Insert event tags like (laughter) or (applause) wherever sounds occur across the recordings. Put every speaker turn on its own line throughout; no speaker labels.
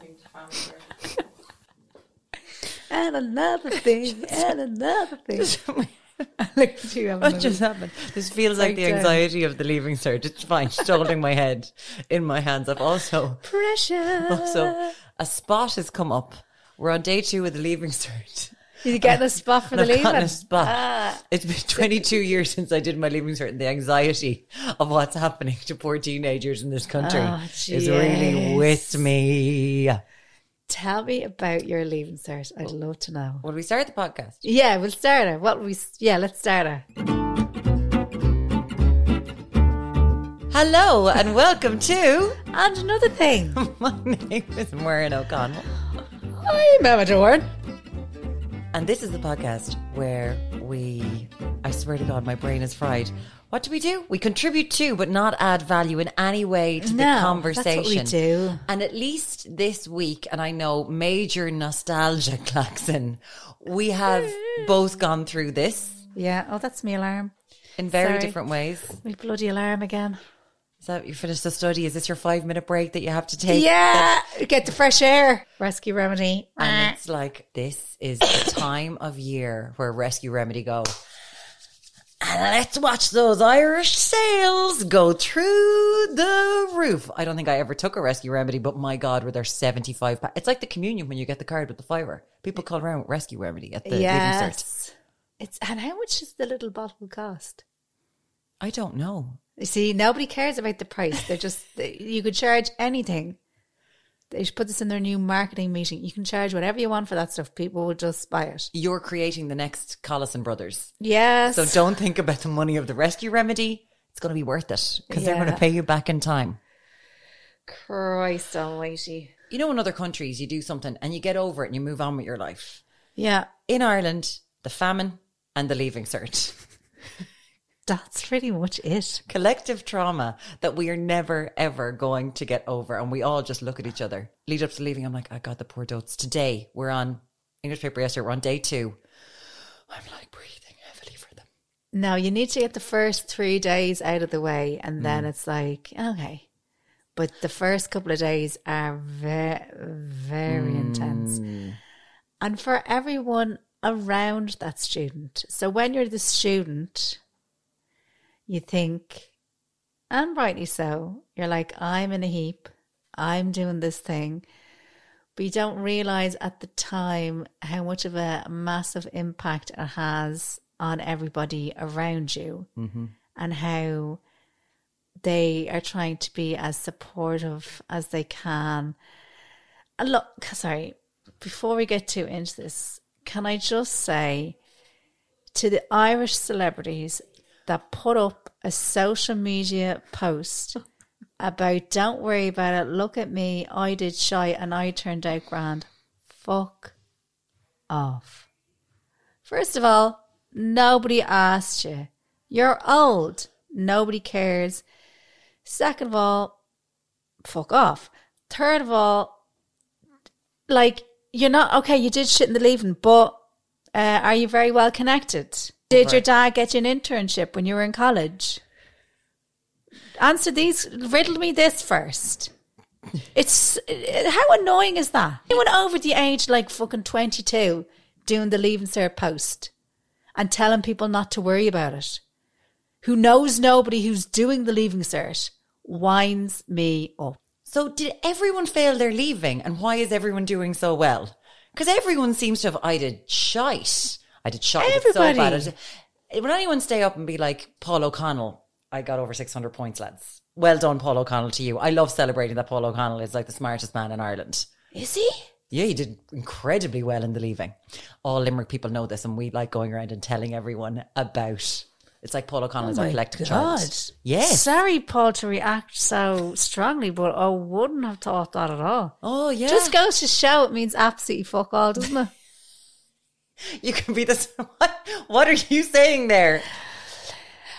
anything to family.
And another
(laughs)
thing, and another thing.
(laughs)
Look at you, Emma.
What just happened? This feels like the
Breakdown.
anxiety of the leaving cert. It's fine. Just holding my head in my hands. I've also
Pressure.
also a spot has come up. We're on day two of the leaving cert.
You're getting a
(laughs)
spot for
And
the
I've
leaving.
gotten a spot.
Ah.
It's been 22 years since I did my leaving cert, and the anxiety of what's happening to poor teenagers in this country
Oh,
is really
jeez.
with me.
Tell me about your leaving cert. I'd love to know.
Will we start the podcast?
Yeah, we'll start her. What we? Yeah, let's start her.
Hello, and welcome to.
And another thing.
(laughs) My name is Maureen O'Connell.
I'm Emma Dorn.
And this is the podcast where we, I swear to God, my brain is fried. What do we do? We contribute to, but not add value in any way to
No,
the conversation.
that's what we do.
And at least this week, and I know major nostalgia, (laughs) Claxon, we have both gone through this
Yeah. Oh, that's me alarm.
in very
Sorry.
different ways.
My bloody alarm again.
Is that you finished the study? Is this your five minute break that you have to take?
yeah. Get the fresh air. Rescue remedy.
And it's like, this is the (coughs) time of year where Rescue Remedy go. And let's watch those Irish sales go through the roof. I don't think I ever took a Rescue Remedy, but my God, were there 75 pa- It's like the communion when you get the card with the fiver. People call around with Rescue Remedy at the leaving cert.
yes. It's and how much does the little bottle cost?
I don't know.
You see, nobody cares about the price. They're just (laughs) they- you could charge anything. They should put this in their new marketing meeting. You can charge whatever you want for that stuff. People will just buy it.
You're creating the next Collison Brothers.
Yes.
So don't think about the money of the Rescue Remedy. It's going to be worth it because they're
Yeah.
going to pay you back in time.
Christ Almighty.
You know, in other countries, you do something and you get over it and you move on with your life.
Yeah,
In Ireland, the famine and the leaving cert. (laughs)
that's pretty much it.
Collective trauma that we are never, ever going to get over. And we all just look at each other. Lead up to leaving, I'm like, I got the poor dotes. Today, we're on English paper yesterday, we're on day two. I'm like breathing heavily for them.
No, you need to get the first three days out of the way, and then it's like okay. But the first couple of days are very, very intense, and for everyone around that student. So when you're the student, you think, and rightly so, you're like, I'm in a heap, I'm doing this thing. But you don't realize at the time how much of a massive impact it has on everybody around you and how they are trying to be as supportive as they can. And look, sorry, before we get too into this, can I just say to the Irish celebrities that put up a social media post about don't worry about it, look at me, I did shy and I turned out grand. Fuck off. First of all, nobody asked you. You're old. Nobody cares. Second of all, fuck off. Third of all, like you're not okay. You did shit in the leaving, but uh, are you very well connected? Did your dad get you an internship when you were in college? Answer these. Riddle me this first. It's uh, how annoying is that? Anyone over the age like fucking twenty two doing the leaving cert post and telling people not to worry about it, who knows nobody who's doing the leaving cert, winds me up.
So did everyone fail their leaving and why is everyone doing so well? Because everyone seems to have I did shite. I did shite I did so bad. I
Everybody.
did- Would anyone stay up and be like, Paul O'Connell, I got over six hundred points, lads. Well done, Paul O'Connell, to you. I love celebrating that Paul O'Connell is like the smartest man in Ireland.
Is he?
Yeah, you did incredibly well in the leaving. All Limerick people know this, and we like going around and telling everyone about. It's like Paul O'Connell is
Oh
our collective child. Yes.
Sorry, Paul, to react so strongly, but I wouldn't have thought that at all.
oh yeah.
Just goes to show it means absolutely fuck all, doesn't it?
You can be this. (laughs) What, what are you saying there?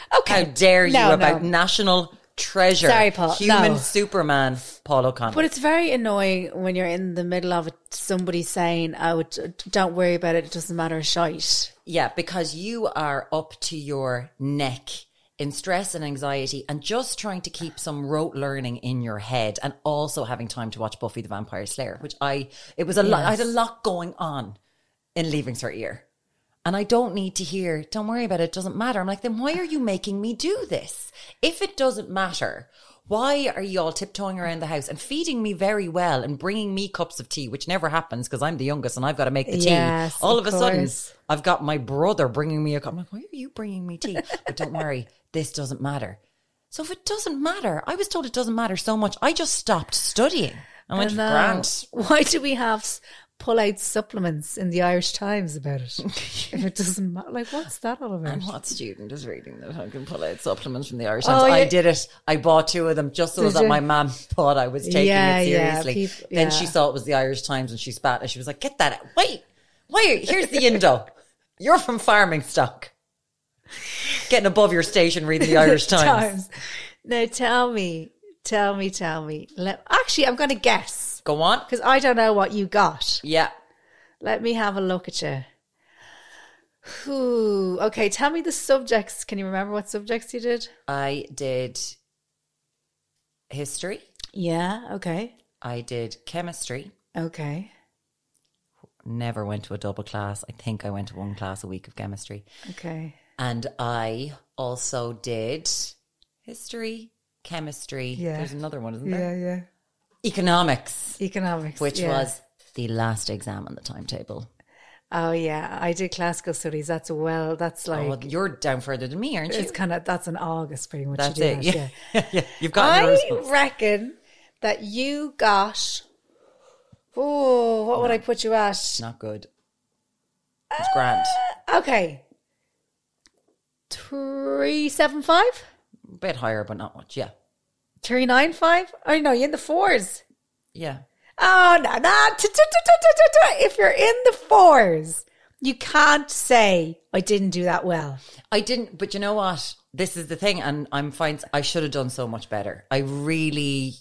How
okay.
dare you
No,
about
no.
national treasure?
Sorry, Paul,
Human
no.
Superman, Paul O'Connell.
But it's very annoying when you're in the middle of it, somebody saying, oh, it- don't worry about it, it doesn't matter, shite.
yeah, because you are up to your neck in stress and anxiety and just trying to keep some rote learning in your head and also having time to watch Buffy the Vampire Slayer, which I, it was a lot, I had a lot going on in Leaving Sir Ear. And I don't need to hear, don't worry about it, it doesn't matter. I'm like, then why are you making me do this? If it doesn't matter, why are you all tiptoeing around the house and feeding me very well and bringing me cups of tea, which never happens because I'm the youngest and I've got to make the tea.
Yes,
all
of
of, a sudden,
course.
I've got my brother bringing me a cup. I'm like, why are you bringing me tea? (laughs) but don't worry, this doesn't matter. So if it doesn't matter, I was told it doesn't matter so much. I just stopped studying. I went,
know.
Grant,
(laughs) Why do we have s- pull-out supplements in the Irish Times about
(laughs)
it? if it doesn't matter, like what's that all about?
And
(laughs)
what student is reading that I can pull out supplements from the Irish
Oh,
Times? I
yeah.
did it. I bought two of them just so
Did
that
you?
my mum thought I was taking
Yeah,
it
yeah,
seriously.
peop-
Then
yeah.
she saw it was the Irish Times and she spat and she was like, get that out. Wait, why? are- Here's the Indo. (laughs) You're from farming stock. Getting above your station
(laughs)
reading the Irish Times.
Now tell me, tell me, tell me. Let, actually, I'm going to guess
Go on.
because I don't know what you got.
Yeah.
Let me have a look at you. Whew. Okay, tell me the subjects. Can you remember what subjects you did?
I did history.
Yeah. Okay.
I did chemistry.
Okay.
Never went to a double class. I think I went to one class a week of chemistry.
Okay.
And I also did history, chemistry.
Yeah.
There's another one, isn't there?
yeah.
Economics,
Economics,
which
yeah.
was the last exam on the timetable.
Oh yeah, I did classical studies. That's well, that's like
oh, well, you're down further than me, aren't you?
it's kind of that's in August pretty much.
That's
you do
it.
that,
yeah. (laughs) yeah. You've got another
I
response.
reckon that you got. Oh, what would I put you at?
Not good. It's grand.
Okay, three seven five,
A bit higher, but not much. Yeah.
three nine five. Oh no, you're in the fours.
Yeah.
Oh no, no. tu- tu- tu- tu- tu- tu- tu. If you're in the fours, you can't say I didn't do that well.
I didn't, but you know what? This is the thing, and I'm fine. I should have done so much better. I really,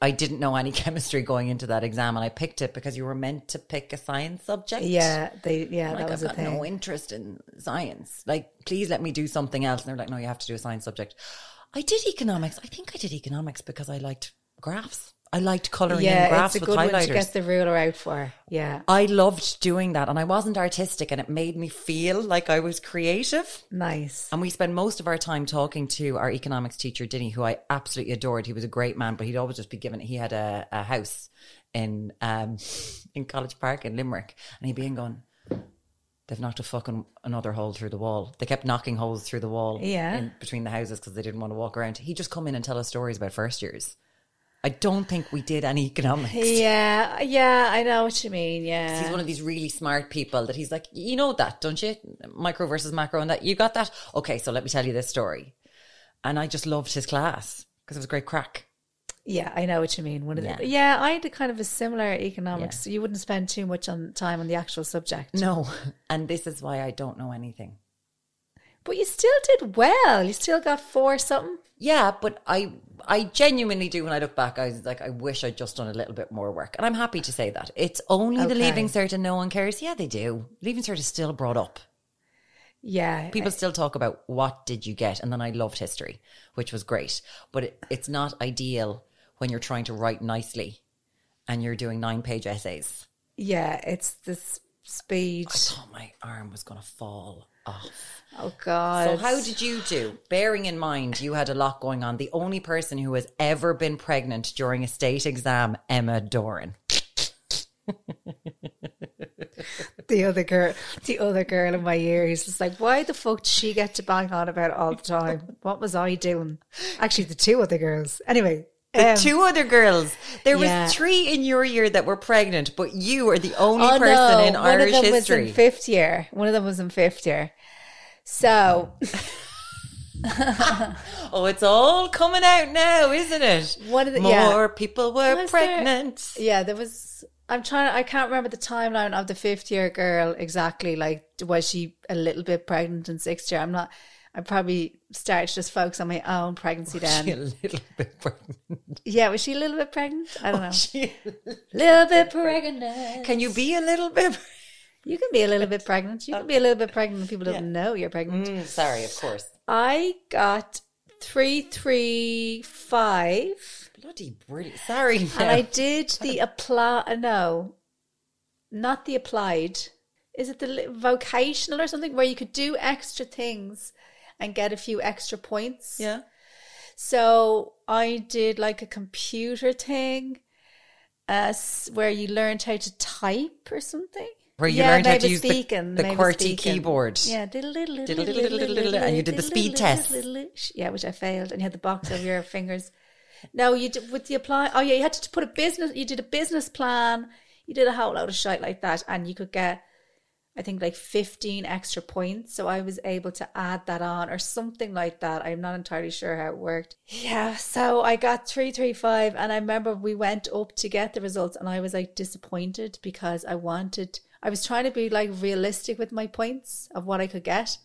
I didn't know any (laughs) chemistry going into that exam, and I picked it because you were meant to pick a science subject.
Yeah, they. Yeah,
I'm
that
like
was
I've
a
got
thing.
no interest in science. Like, please let me do something else. And they're like, no, you have to do a science subject. I did economics. I think I did economics because I liked graphs. I liked coloring in
yeah,
graphs
it's a
with
good
highlighters.
one to get the ruler out for. Yeah,
I loved doing that, and I wasn't artistic, and it made me feel like I was creative.
nice.
And we spend most of our time talking to our economics teacher, Dinny, who I absolutely adored. He was a great man, but he'd always just be given. He had a, a house in um, (laughs) in College Park in Limerick, and he'd be in going. They've knocked a fucking another hole through the wall. They kept knocking holes through the wall,
Yeah.
in between the houses because they didn't want to walk around. He'd just come in and tell us stories about first years. I don't think we did any economics.
Yeah, yeah, I know what you mean.
He's
Yeah,
one of these really smart people that he's like, you know that, don't you? Micro versus macro and that. You got that? Okay, so let me tell you this story. And I just loved his class because it was great crack.
yeah, I know what you mean. One of
Yeah.
the, yeah, I had a kind of a similar economics. So you wouldn't spend too much on time on the actual subject.
No. And this is why I don't know anything.
But you still did well. You still got four something.
Yeah, but I I genuinely do when I look back, I was like, I wish I'd just done a little bit more work. And I'm happy to say that. It's only
Okay.
the leaving cert and no one cares. Yeah, they do. Leaving cert is still brought up.
Yeah. eh,
People still talk about what did you get? And then I loved history, which was great. But it, it's not ideal when you're trying to write nicely and you're doing nine page essays.
Yeah, it's the s- speed.
I thought my arm was gonna fall off.
Oh God.
So how did you do? Bearing in mind you had a lot going on, the only person who has ever been pregnant during a state exam, Emma Doran.
the other girl, the other girl in my ear, he's just like, why the fuck did she get to bang on about it all the time? What was I doing? Actually, the two other girls. Anyway, um,
Two other girls. There
yeah.
was three in your year that were pregnant, but you are the only
oh,
person
no,
in
one
Irish
of them
history.
was in fifth year. One of them was in fifth year. So
oh, it's all coming out now, isn't it?
One of the-
More
yeah.
people were
Was there-
pregnant.
yeah, there was. I'm trying. I can't remember the timeline of the fifth year girl exactly. Like, was she a little bit pregnant in sixth year? I'm not. I probably started to just focus on my own pregnancy then.
a little (laughs) bit pregnant. Oh,
Yeah, was she a little bit pregnant? I don't know. little bit pregnant.
Can you be a little bit?
You can be a little bit pregnant. You can be a little bit pregnant. and People don't know you're pregnant.
Mm, sorry, of course.
I got three, three, five,
Bloody brilliant. Sorry.
and
now.
I did the apply. uh, No, not the applied. Is it the li- vocational or something where you could do extra things and get a few extra points?
yeah.
So I did like a computer thing, uh, s- where you learned how to type or something.
Where you
yeah,
learned how to
maybe
use the-
speaking,
the
maybe
QWERTY
speaking.
keyboard.
Yeah, diddle- diddle- diddle-
Diddle-
diddle-
diddle-
diddle-
diddle-
diddle-
diddle- and you did the speed
diddle-
test.
diddle- diddle- sh- Yeah, which I failed, and you had the box over your fingers. No, you did with the apply. Oh yeah, you had to put a business. You did a business plan. You did a whole load of shite like that, and you could get. I think like 15 extra points. So I was able to add that on or something like that. I'm not entirely sure how it worked. Yeah. So I got 335. And I remember we went up to get the results and I was like disappointed because I wanted, I was trying to be like realistic with my points of what I could get.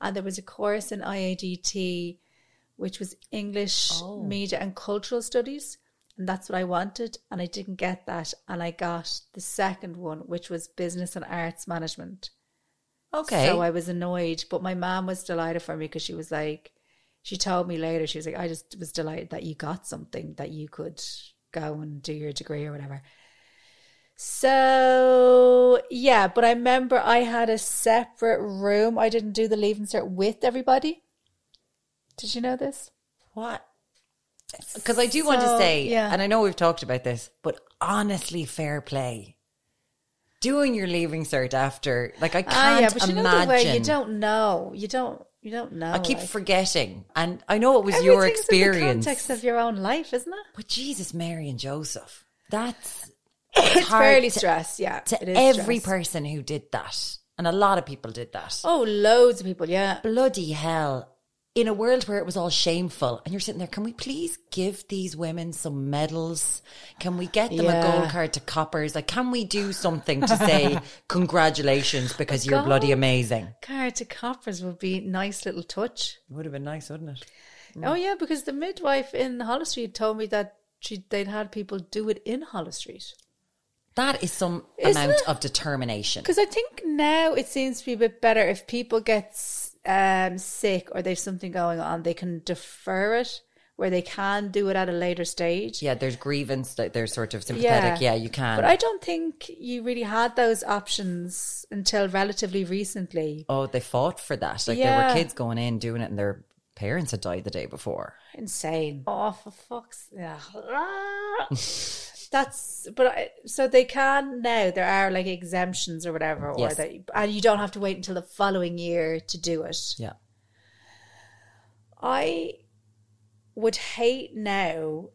And there was a course in IADT, which was English, Media and Cultural Studies. And that's what I wanted. And I didn't get that. And I got the second one, which was Business and Arts Management.
Okay.
So I was annoyed, but my mom was delighted for me because she was like, she told me later, she was like, I just was delighted that you got something that you could go and do your degree or whatever. So yeah, but I remember I had a separate room. I didn't do the leave insert with everybody. Did you know this?
What? Because I do want to
So,
say,
yeah.
and I know we've talked about this, but honestly, fair play. Doing your leaving cert after, like I can't
ah, yeah, but you
imagine.
know the way you don't know. You don't. You don't know.
I keep
like-
forgetting, and I know it was your
Everything's In the
experience.
context of your own life, isn't it?
but Jesus, Mary, and Joseph, that's
It's
hard
fairly
to-
stressed. Yeah,
to
it is
every
stress.
person who did that, and a lot of people did that.
Oh, loads of people. Yeah.
bloody hell in a world where it was all shameful and you're sitting there can we please give these women some medals can we get them a
Yeah.
gold card to coppers like can we do something
(laughs)
to say congratulations because you're bloody
God.
amazing
Card to coppers would be a nice little touch.
it would have been nice wouldn't it
Oh yeah, because the midwife in Hollis Street told me that she they'd had people do it in Hollis Street.
that is some
Isn't
amount
it?
of determination
Because I think now it seems to be a bit better if people get s- um, sick or they've something going on, they can defer it where they can do it at a later stage.
yeah there's grievance that they're sort of sympathetic yeah, you can
But I don't think you really had those options until relatively recently.
oh they fought for that like there
Yeah.
were kids going in doing it and their parents had died the day before
Insane. Oh, for fuck's yeah. That's but I, so they can now. There are like exemptions or whatever, or
Yes.
that, and you don't have to wait until the following year to do it.
yeah
I would hate now.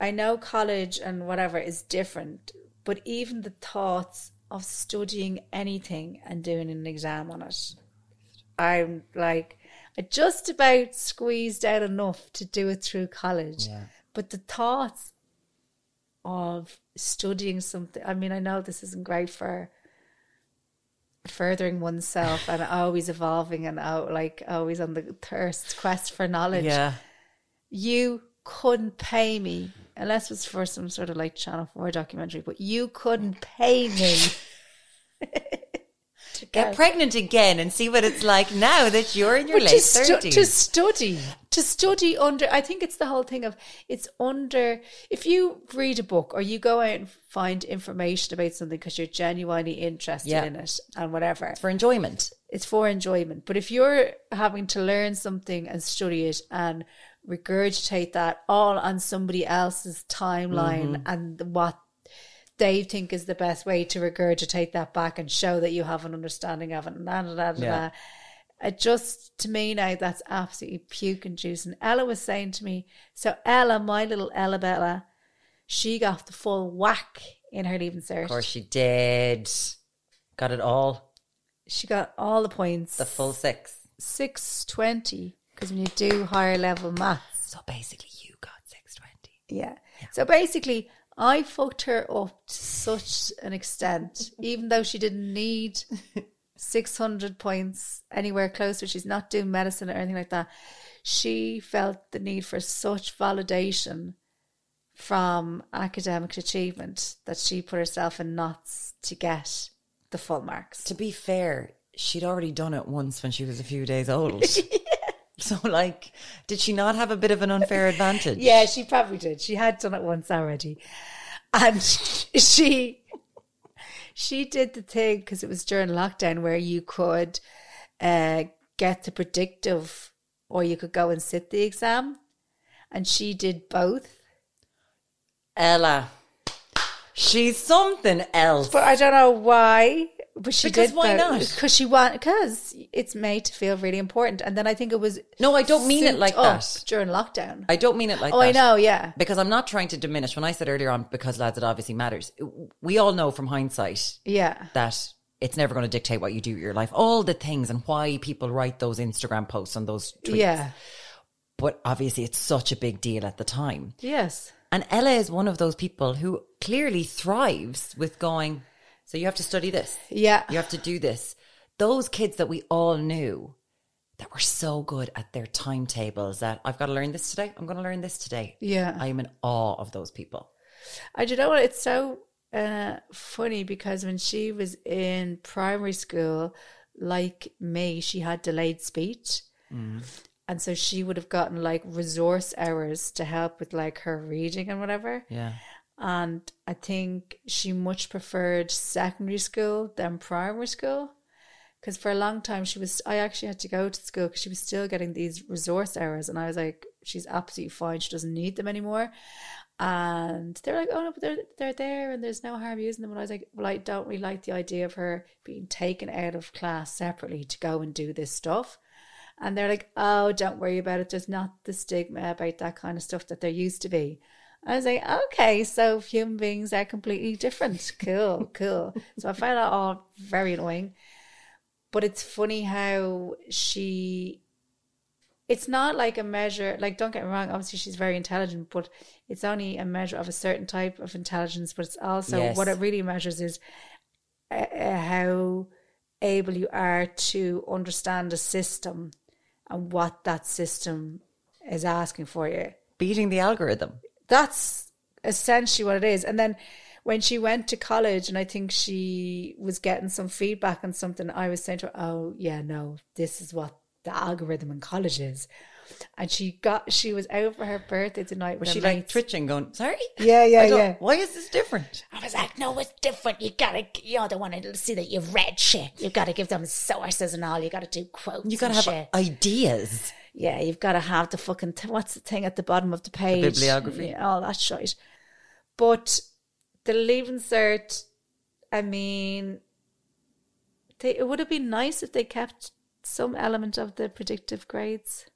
I know college and whatever is different, but even the thoughts of studying anything and doing an exam on it, I'm like, I just about squeezed out enough to do it through college.
Yeah.
But the thoughts of studying something, I mean, I know this isn't great for furthering oneself
(laughs)
and always evolving and out, like always on the thirst quest for knowledge.
Yeah.
You couldn't pay me unless it was for some sort of like Channel Four documentary, but you couldn't pay
(laughs)
me. to
Get pregnant again and see what it's like now that you're in your
But
late
stu-
thirties.
to study to study under i think it's the whole thing of it's under if you read a book or you go out and find information about something because you're genuinely interested
Yeah.
in it and whatever
for enjoyment.
it's for enjoyment but if you're having to learn something and study it and regurgitate that all on somebody else's timeline
Mm-hmm.
and what they think is the best way to regurgitate that back and show that you have an understanding of it and da, da, da, da,
Yeah.
da. It just to me now that's absolutely puke and juice. And Ella was saying to me, so Ella, my little Ella Bella, she got the full whack in her leaving cert.
Of course, she did. Got it all.
She got all the points.
The full six.
six twenty because when you do higher level maths,
So basically, you got six twenty.
yeah. So basically, I fucked her up to such an extent, even though she didn't need six hundred points anywhere closer. She's not doing medicine or anything like that. She felt the need for such validation from academic achievement that she put herself in knots to get the full marks.
To be fair, she'd already done it once when she was a few days (laughs) old. So, like, did she not have a bit of an unfair advantage?
Yeah, she probably did. She had done it once already, and (laughs) she she did the thing because it was during lockdown where you could uh, get the predictive, or you could go and sit the exam, and she did both.
Ella. She's something else.
But I don't know why. But she
Because
did
why
both.
not?
Because she want because it's made to feel really important, and then I think it was
No, I don't mean it
souped
like
up
that.
during lockdown.
I don't mean it like
oh,
that.
I know, yeah.
Because I'm not trying to diminish. When I said earlier on, because lads, it obviously matters. We all know from hindsight
Yeah.
that it's never going to dictate what you do with your life. All the things and why people write those Instagram posts and those tweets.
Yeah.
But obviously, it's such a big deal at the time.
Yes.
And Ella is one of those people who clearly thrives with going, so you have to study this.
Yeah.
You have to do this. Those kids that we all knew that were so good at their timetables that I've got to learn this today. I'm going to learn this today.
Yeah.
I am in awe of those people.
I do know what it's so uh, funny because when she was in primary school, like me, she had delayed speech. And so she would have gotten like resource hours to help with like her reading and whatever.
Yeah.
And I think she much preferred secondary school than primary school. Because for a long time, she was, I actually had to go to school because she was still getting these resource hours. And I was like, she's absolutely fine. She doesn't need them anymore. And they're like, oh no, but they're, they're there and there's no harm using them. And I was like, well, I don't really like the idea of her being taken out of class separately to go and do this stuff. And they're like, oh, don't worry about it. There's not the stigma about that kind of stuff that there used to be. I was like, okay, so human beings are completely different. (laughs) Cool, cool. So I found that all very annoying. But it's funny how she, it's not like a measure, like, don't get me wrong, obviously she's very intelligent, but it's only a measure of a certain type of intelligence. But it's also
Yes.
what it really measures is uh, uh, how able you are to understand a system and what that system is asking for you.
Beating the algorithm.
That's essentially what it is. And then when she went to college, and I think she was getting some feedback on something, I was saying to her, "Oh yeah, no, this is what the algorithm in college is." And she got she was out for her birthday tonight.
Was
with
she
her
like
mates.
twitching, going, sorry?
(laughs) Yeah, yeah,
I don't-
yeah.
Why is this different?
I was like, no, it's different. You gotta, you're the one to see that you've read shit. You gotta give them sources and all. You gotta do quotes.
You got to
and
have
shit.
ideas.
Yeah, you've got to have the fucking th- what's the thing at the bottom of the page?
bibliography.
Yeah, all that shit. But the leaving cert, I mean, they, it would have been nice if they kept some element of the predictive grades.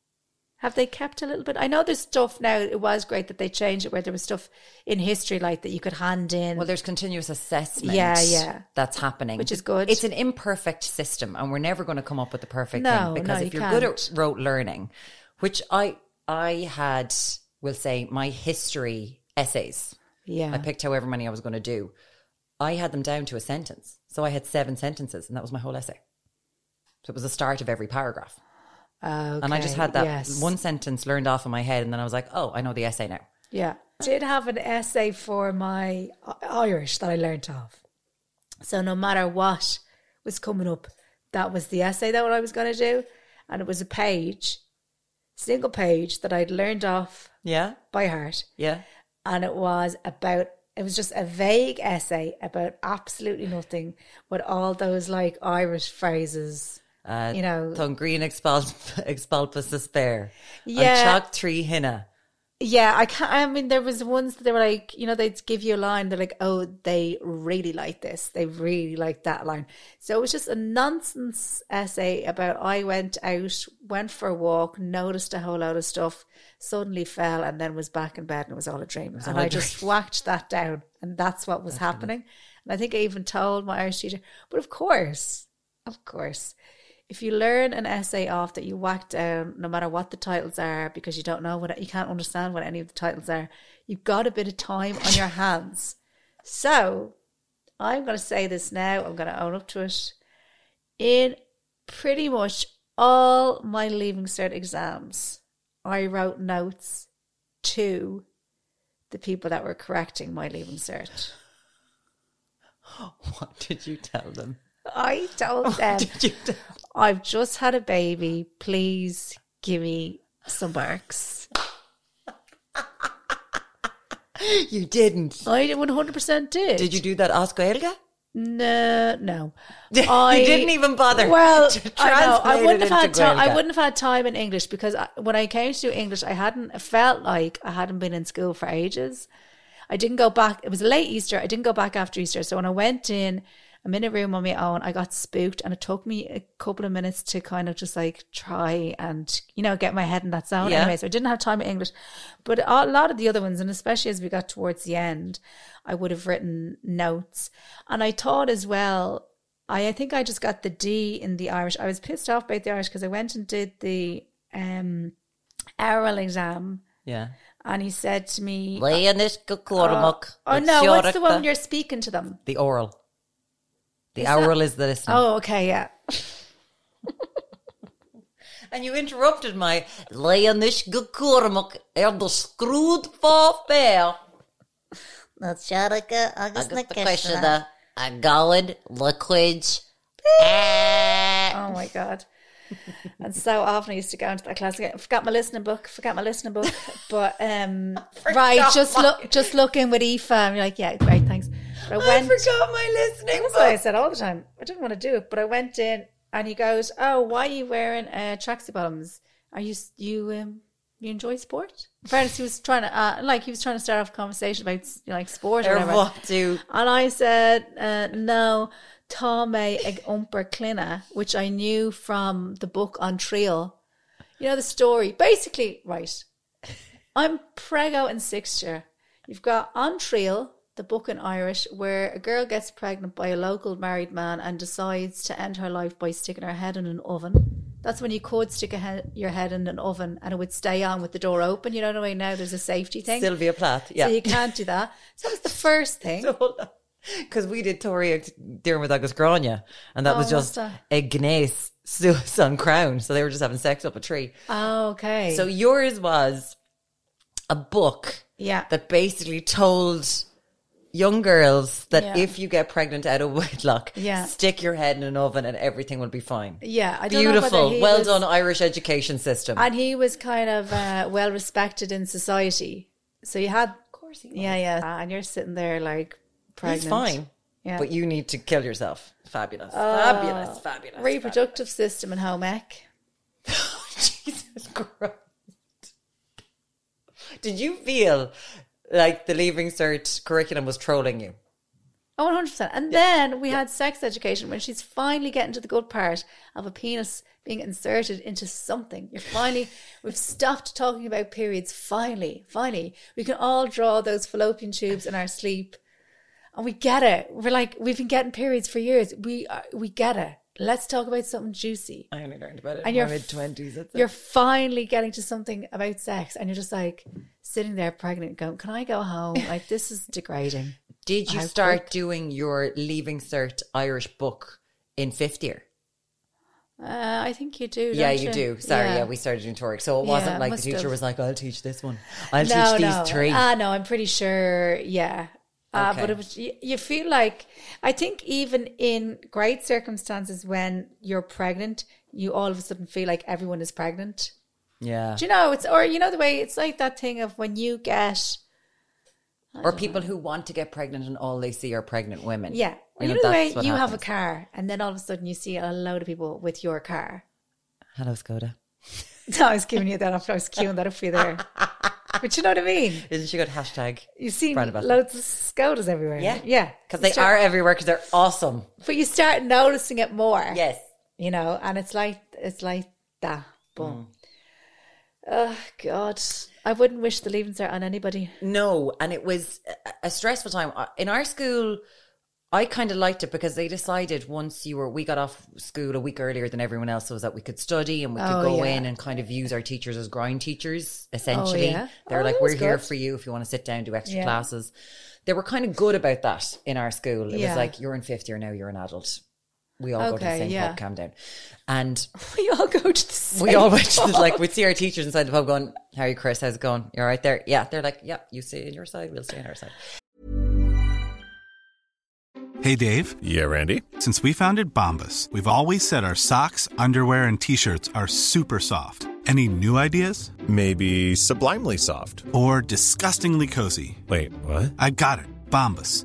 Have they kept a little bit? I know there's stuff now. It was great that they changed it where there was stuff in history like that you could hand in.
Well, there's continuous assessment.
Yeah, yeah.
That's happening.
Which is good.
It's an imperfect system, and we're never going to come up with the perfect
No,
thing because
no,
if
you
you're good at
can't.
rote learning, which I I had, we'll say, my history essays.
yeah,
I picked however many I was going to do. I had them down to a sentence. So I had seven sentences, and that was my whole essay. So it was the start of every paragraph.
Okay.
And I just had that
yes.
one sentence learned off in my head, and then I was like, oh, I know the essay now.
Yeah. Did have an essay for my I- Irish that I learnt off. So no matter what was coming up, that was the essay that I was going to do. And it was a page, single page that I'd learned off
Yeah.
by heart.
Yeah.
And it was about, it was just a vague essay about absolutely nothing with all those like Irish phrases,
Uh,
you know.
Tón green (laughs) expulp- expulpus despair.
Yeah.
An chalk tree hinna.
Yeah, I can't. I mean, there was ones that they were like, you know, they'd give you a line. They're like, oh, they really like this. They really like that line. So it was just a nonsense essay about I went out, went for a walk, noticed a whole lot of stuff, suddenly fell, and then was back in bed, and it was all a dream. and
all a
I just whacked that down, and that's what was happening. And I think I even told my Irish teacher, but of course, of course. If you learn an essay off that you whack down, no matter what the titles are, because you don't know what you can't understand what any of the titles are, you've got a bit of time on your hands. So I'm going to say this now. I'm going to own up to it. In pretty much all my Leaving Cert exams, I wrote notes to the people that were correcting my Leaving Cert.
(laughs) What did you tell them? (laughs)
I
Oh,
told them.
Did you tell
I've just had a baby. Please give me some marks.
You didn't.
I 100% did.
Did you do that Oscar Elga?
No, no.
(laughs) You didn't even bother (laughs)
Well,
to
I, know.
translate
I
it
wouldn't have had
into
time. I
Gaelga.
wouldn't have had time in English because I, when I came to do English, I hadn't I felt like I hadn't been in school for ages. I didn't go back. It was late Easter. I didn't go back after Easter. So when I went in, I'm in a room on my own. I got spooked, and it took me a couple of minutes to kind of just like try and you know get my head in that zone.
Yeah.
Anyway, so I didn't have time in English, but a lot of the other ones, and especially as we got towards the end, I would have written notes, and I thought as well. I, I think I just got the D in the Irish. I was pissed off about the Irish because I went and did the um, oral exam,
Yeah.
and he said to me,
Lay in this cucurmuck.
Oh no, what's the one when you're speaking to them?
The oral. The
Is that-
oral is the listening.
Oh, okay, yeah.
And you interrupted my Er lay in this cucurmuck and the screwed for fair.
That's Sharika
I got the
Augustnakishna.
question of a gallon liquids. Eh.
Oh my god. And so often I used to go into that class again. Forgot my listening book. Forgot my listening book. But um, right, just look, just look in with Aoife. And you're like, yeah, great, thanks. But I went.
forgot my listening
That's what I said all the time. I didn't want to do it, but I went in, and he goes, "Oh, why are you wearing uh, tracksuit bottoms? Are you you um you enjoy sport?" In fairness, he was trying to uh, like he was trying to start off a conversation about you know, like sport or
Or
whatever.
what do?
And I said, uh, no, Tome ag umper clina, which I knew from the book on Trial. You know the story. Basically, right. I'm prego in sixth year. You've got on Trial, the book in Irish, where a girl gets pregnant by a local married man and decides to end her life by sticking her head in an oven. That's when you could stick a he- your head in an oven and it would stay on with the door open. You know the way now there's a safety thing.
Sylvia Plath. Yeah.
So
(laughs)
you can't do that. So that was the first thing.
Because we did Tory Dermot Agus Grania, and that was
Oh,
just
what's
a Gneis Susan Crown. So they were just having sex up a tree.
Oh, okay.
So yours was a book
yeah,
that basically told young girls that
Yeah.
if you get pregnant out of wedlock,
Yeah.
stick your head in an oven and everything will be fine.
yeah. I don't know whether
Beautiful.
he
Well
was-
done, Irish education system.
And he was kind of uh, well respected in society. So you had, of course, he yeah, yeah. Uh, and you're sitting there like pregnant.
He's fine,
Yeah. Uh,
but you need to kill yourself. Fabulous. fabulous. Fabulous.
Reproductive system and home ec.
(laughs) Jesus Christ. Did you feel like the Leaving Cert curriculum was trolling you?
Oh, 100%. And then we had sex education when she's finally getting to the good part of a penis being inserted into something. You're finally, we've stopped talking about periods. Finally, finally, we can all draw those fallopian tubes in our sleep. And we get it. We're like, we've been getting periods for years. We are, we get it. Let's talk about something juicy.
I only learned about it
And
in
you're
my mid 20s.
You're finally getting to something (laughs) about sex, and you're just like sitting there pregnant, going, "Can I go home? Like this is degrading."
Did you
How
start doing your Leaving Cert Irish book in fifth year?
Uh, I think you do.
yeah,
don't
you do. Sorry, yeah.
Yeah.
we started doing Toric. So it
Yeah,
wasn't like the
must
teacher
have.
was like, I'll teach this one. I'll teach these
no.
three.
Ah, no, I'm pretty sure. Yeah. Uh,
Okay.
But it was, you, you feel like, I think even in great circumstances when you're pregnant, you all of a sudden feel like everyone is pregnant.
yeah.
Do you know? It's, or you know, the way it's like that thing of when you get,
Or people who want to get pregnant and all they see are pregnant women.
yeah. You
You
know,
know,
the way
that's what
you have a
happens.
car and then all of a sudden you see a load of people with your car. (laughs)
Hello, Skoda.
No, I was giving you that after I was queuing that up for you
(laughs)
there. But you know what I mean?
Isn't she good? Hashtag.
You see
Proud about that.
loads of Skodas everywhere.
Yeah.
Yeah.
Because they are everywhere because they're awesome.
But you start noticing it more.
Yes.
you know, and it's like it's like that. But
Mm.
oh god, I wouldn't wish the leavings there on anybody. (laughs)
No, and it was a- a stressful time Uh, in our school. I kind of liked it because they decided once you were we got off school a week earlier than everyone else, so that we could study and we could
Oh,
go
yeah. Oh,
in and kind of use our teachers as grind teachers. Essentially,
yeah.
they're
Oh,
like,
that
"We're
was
here
good.
for you if you want to sit down do extra
Yeah.
classes." They were kind of good about that in our school. It
Yeah.
was like, "You're in fifth year now, you're an adult. We all go to the
Okay,
same
yeah.
pub. Calm down." And
We all go to the same
we all went to like we'd see our teachers inside the pub going, How are you, Chris? How's it going? You're right there. Yeah. They're like, Yeah, you stay on your side, we'll stay on our side.
Hey, Dave.
Yeah, Randy.
Since we founded Bombus, we've always said our socks, underwear, and t shirts are super soft. Any new ideas?
Maybe sublimely soft.
Or disgustingly cozy?
Wait, what?
I got it. Bombus.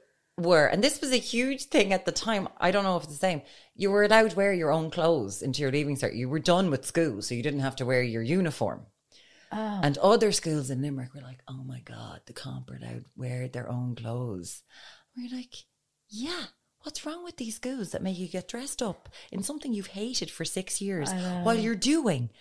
were and this was a huge thing at the time. I don't know if it's the same. You were allowed to wear your own clothes into your leaving cert. You were done with school, so you didn't have to wear your uniform. And other schools in Limerick were like, Oh my god, the comp are allowed to wear their own clothes. We're like, Yeah. What's wrong with these schools that make you get dressed up in something you've hated for six years while you're doing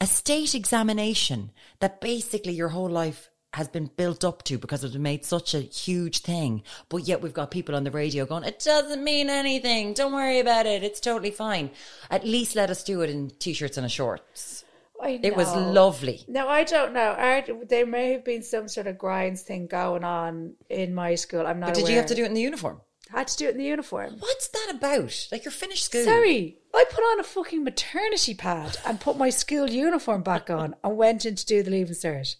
a state examination that basically your whole life has been built up to because it's made such a huge thing. But yet we've got people on the radio going, it doesn't mean anything. Don't worry about it. It's totally fine. At least let us do it in t shirts and a shorts.
I
It was
know.
lovely.
No, I don't know. I, there may have been some sort of grinds thing going on in my school. I'm not.
But did you have to do it in the uniform?
I had to do it in the uniform.
What's that about? Like you're finished school.
Sorry, I put on a fucking maternity pad and put my school uniform back on and went in to do the leaving cert.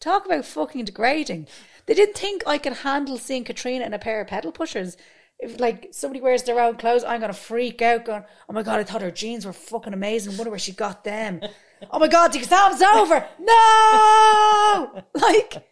Talk about fucking degrading. They didn't think I could handle seeing Katrina in a pair of pedal pushers. If like somebody wears their own clothes, I'm gonna freak out. Going, oh my god, I thought her jeans were fucking amazing. Wonder where she got them. (laughs) oh my god, the exam's over. No, (laughs) like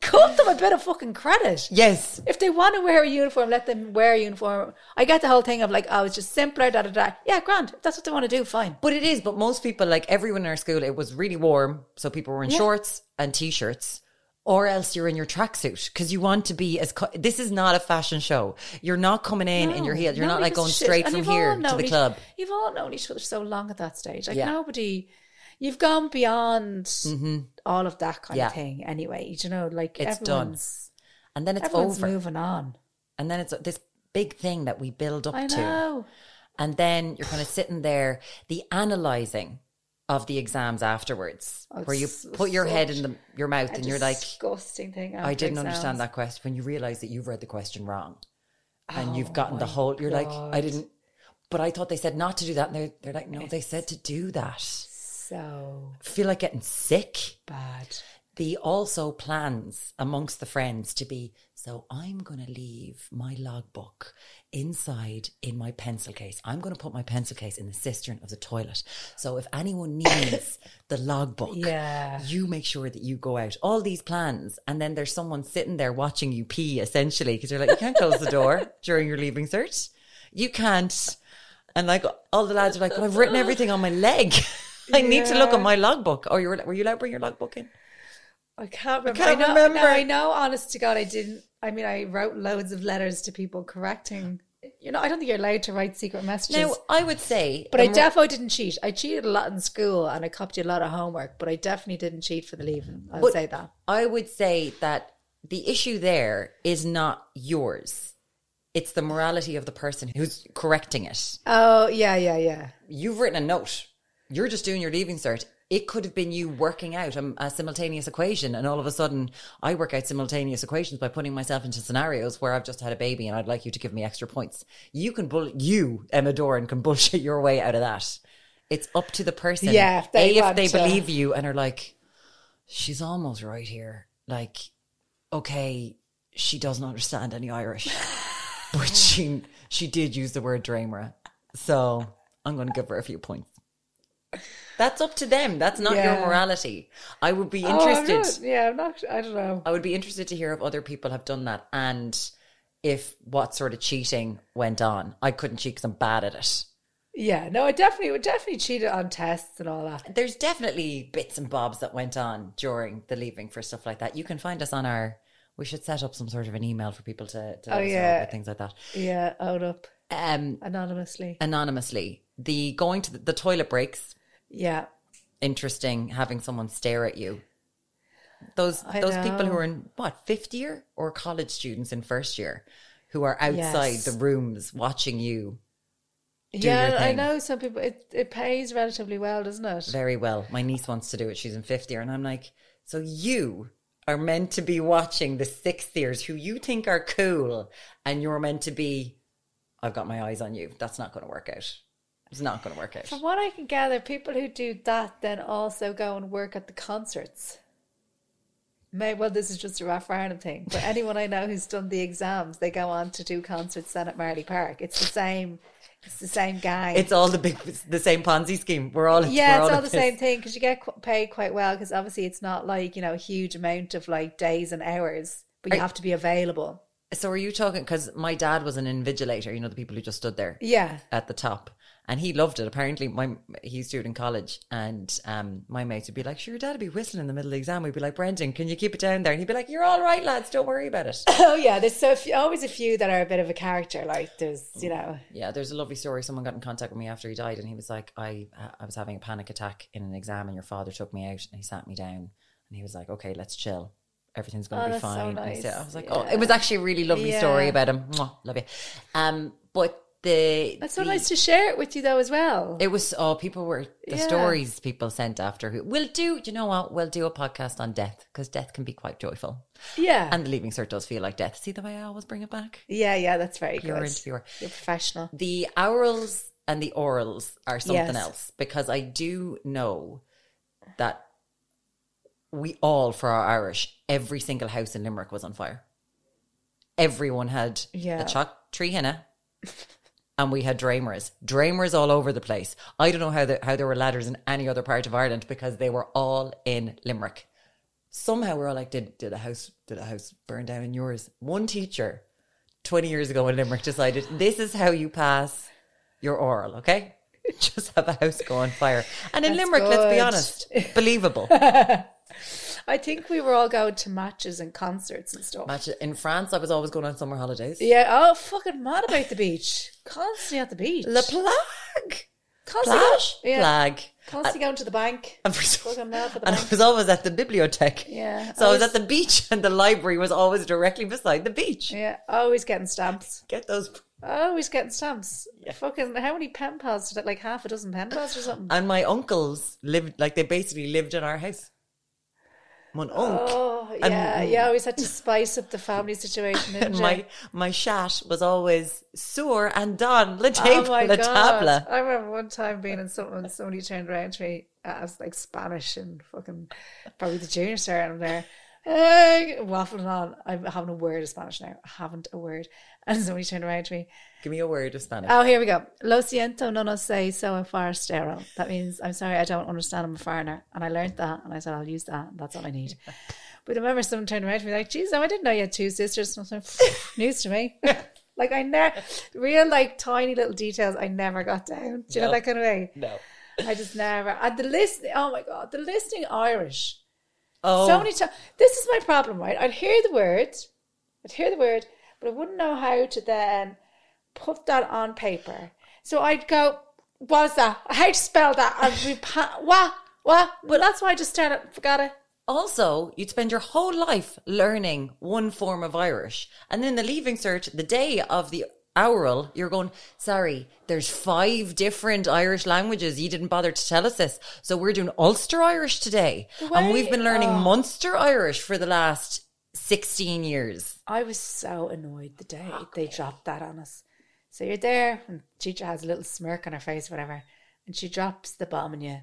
cut them a bit of fucking credit.
Yes.
If they want to wear a uniform, let them wear a uniform. I get the whole thing of like, oh, it's just simpler, da da da. Yeah, grand. If that's what they want to do, fine.
But it is, but most people, like everyone in our school, it was really warm. So people were in shorts and t shirts, or else you're in your tracksuit because you want to be as. Co- this is not a fashion show. You're not coming in in your heels. You're not
Nobody
like
gives
going
a shit.
straight
And
from
you've all
here to
known
the
each-
club.
You've all known each other so long at that stage. Like
Yeah.
nobody, you've gone beyond all of that kind
Yeah.
of thing. Anyway, you know, like
It's done.
everyone's,
And then it's
everyone's
over.
moving on.
And then it's this big thing that we build up
I
to.
know.
And then you're kind of sitting there, the analyzing of the exams afterwards,
Oh,
where you
it's
put your head in
such
the, your mouth and you're like,
disgusting thing.
I
after
didn't understand
exams.
that question. When you realize that you've read the question wrong and you've gotten the whole, you're like, I
Oh God.
didn't, but I thought they said not to do that. And they're, they're like, no, they said to do that.
So
feel like getting sick.
bad.
The also plans amongst the friends to be So I'm going to leave my logbook inside in my pencil case. I'm going to put my pencil case in the cistern of the toilet. So if anyone (coughs) needs the logbook,
Yeah.
you make sure that you go out. All these plans, and then there's someone sitting there watching you pee essentially because you're like, you can't close the door (laughs) during your leaving cert. You can't. And like all the lads are like, well, I've written everything on my leg. (laughs) I need to look at my logbook. Or you were, were you allowed to bring your logbook in?
I can't remember.
can't
I know,
remember.
No, I know. Honest to God, I didn't. I mean, I wrote loads of letters to people correcting. You know, I don't think you're allowed to write secret messages.
No, I would say,
but I
the mo-
defo didn't cheat. I cheated a lot in school, and I copied a lot of homework. But I definitely didn't cheat for the leaving. I'll
But-
say that.
I would say that the issue there is not yours. It's the morality of the person who's correcting it.
Oh yeah, yeah, yeah.
You've written a note. You're just doing your leaving cert. It could have been you working out a, a simultaneous equation, and all of a sudden, I work out simultaneous equations by putting myself into scenarios where I've just had a baby, and I'd like you to give me extra points. You can bull, you Emma Doran can bullshit your way out of that. It's up to the person.
Yeah, if they
a, if
want
they
to.
believe you and are like, she's almost right here. Like, okay, she doesn't understand any Irish, (laughs) but she she did use the word Dramer. So I'm going to give her a few points. That's up to them. That's not
Yeah.
your morality. I would be
Oh, I'm
interested.
not- yeah, I'm not. I don't know.
I would be interested to hear if other people have done that and if what sort of cheating went on. I couldn't cheat because I'm bad at it.
Yeah, no, I definitely would definitely cheated on tests and all that.
there's definitely bits and bobs that went on during the leaving for stuff like that. You can find us on our. We should set up some sort of an email for people to, to let
Oh,
us know
yeah.
about things like that.
Yeah, out up
Um,
anonymously.
anonymously, the going to the, the toilet breaks.
Yeah,
Interesting, having someone stare at you. Those
I
those people who
know.
are in what fifth year or college students in first year, who are outside
Yes.
the rooms watching you Do your
yeah. I
thing.
know some people. It it pays relatively well, doesn't it?
very well. My niece wants to do it. She's in fifth year. And I'm like, so you are meant to be watching the sixth years who you think are cool. And you're meant to be, I've got my eyes on you. That's not going to work out. It's not going to work out.
From what I can gather, people who do that then also go and work at the concerts. May well, this is just a Raffarnham thing,
(laughs)
but anyone I know who's done the exams, they go on to do concerts then at Marley Park. It's the same. It's the same guy.
It's all the big, the same Ponzi scheme. We're all,
yeah,
we're
it's
all
all
at
the
this.
same thing because you get qu- paid quite well because obviously it's not like you know a huge amount of like days and hours, but you
Are-
have to be available.
So are you talking? Because my dad was an invigilator, you know, the people who just stood there.
Yeah,
at the top. And he loved it. Apparently, my he used to do it in college, and um, my mates would be like, "Sure, your dad would be whistling in the middle of the exam." We'd be like, "Brendan, can you keep it down there?" And he'd be like, "You're all right, lads. Don't worry about it."
(coughs) oh yeah. There's so few, always a few that are a bit of a character. Like there's you know
yeah, there's a lovely story. Someone got in contact with me after he died, and he was like, "I I was having a panic attack in an exam, and your father took me out, and he sat me down, and he was like, "Okay, let's chill." Everything's going
Oh,
to be
that's so
fine. And I,
nice.
said, I was like, "Oh,
Yeah.
it was actually a really lovely story
Yeah.
about him. Mwah, love you." Um, but the
that's so
the-
nice to share it with you though as well.
Oh, It was oh, people were the
Yeah.
stories people sent after who we'll do. You know what? We'll do a podcast on death because death can be quite joyful,
yeah,
and the leaving cert does feel like death. See the way I always bring it back.
yeah, yeah. That's very good.
You're an interviewer.
You're professional.
The orals and the orals are something
Yes.
else because I do know that we all, for our Irish, every single house in Limerick was on fire. Everyone had
Yeah.
a chalk tree henna. (laughs) And we had dramers, dramers all over the place. I don't know how, the, how there were ladders in any other part of Ireland because they were all in Limerick. Somehow we're all like, did did a house did a house burn down in yours? One teacher 20 years ago in Limerick decided this is how you pass your oral, okay? (laughs) Just have a house go on fire. And in
That's
Limerick, let's be
good. (laughs)
honest, believable.
I think we were all going to matches and concerts and stuff.
Imagine- in France, I was always going on summer holidays.
yeah. Oh, fucking mad about the beach. Constantly at the beach.
La plague.
Constantly. go-
Plash.
Yeah.
Plague.
Constantly going to the bank.
(laughs) And, for some-
Fucking mad for the
and I
bank.
was always at the bibliothèque.
Yeah,
So I
always-
was at the beach (laughs) and the library was always directly beside the beach.
Yeah, always getting stamps.
Get those
Always getting stamps. Fucking how many pen pals did it like half a dozen pen pals or something?
and my uncles lived like they basically lived in our house. My uncle (laughs)
oh
and-
yeah, yeah. Always had to spice up the family situation. Didn't
(laughs) and
you?
my my chat was always sour and don la
oh
table
my
la
god!
tabla.
I remember one time being in something and uh, somebody turned around to me as like Spanish and fucking probably the junior star and I'm there. uh, waffling on. I'm having a word of Spanish now. I haven't a word. And somebody turned around to me.
Give me a word of Spanish.
Oh, here we go. Lo siento, no nos sé, so en forastero. That means, I'm sorry, I don't understand, I'm a foreigner. And I learned that, and I said, I'll use that. That's all I
(laughs)
need. But I remember someone turned around to me like, geez, no, I didn't know you had two sisters. And I was like,
(laughs)
news to me. (laughs) like, I never, real, like, tiny little details I never got down. Do you know
No.
that kind of way?
no.
I just never. And the list, oh my God, the listing Irish.
Oh,
Uh, So many times. This is my problem, right? I'd hear the word, I'd hear the word, but I wouldn't know how to then put that on paper. So I'd go, "What's that? How to spell that?" I'd be pa- what, what? Well, that's why I just started. Forgot it.
Also, you'd spend your whole life learning one form of Irish. And then the leaving cert, the day of the oral, you're going, sorry, there's five different Irish languages. You didn't bother to tell us this. So we're doing Ulster Irish today. and we've been learning Munster Irish for the last 16 years.
I was so annoyed the day they dropped that on us. So you're there, and teacher has a little smirk on her face, whatever, and she drops the bomb on you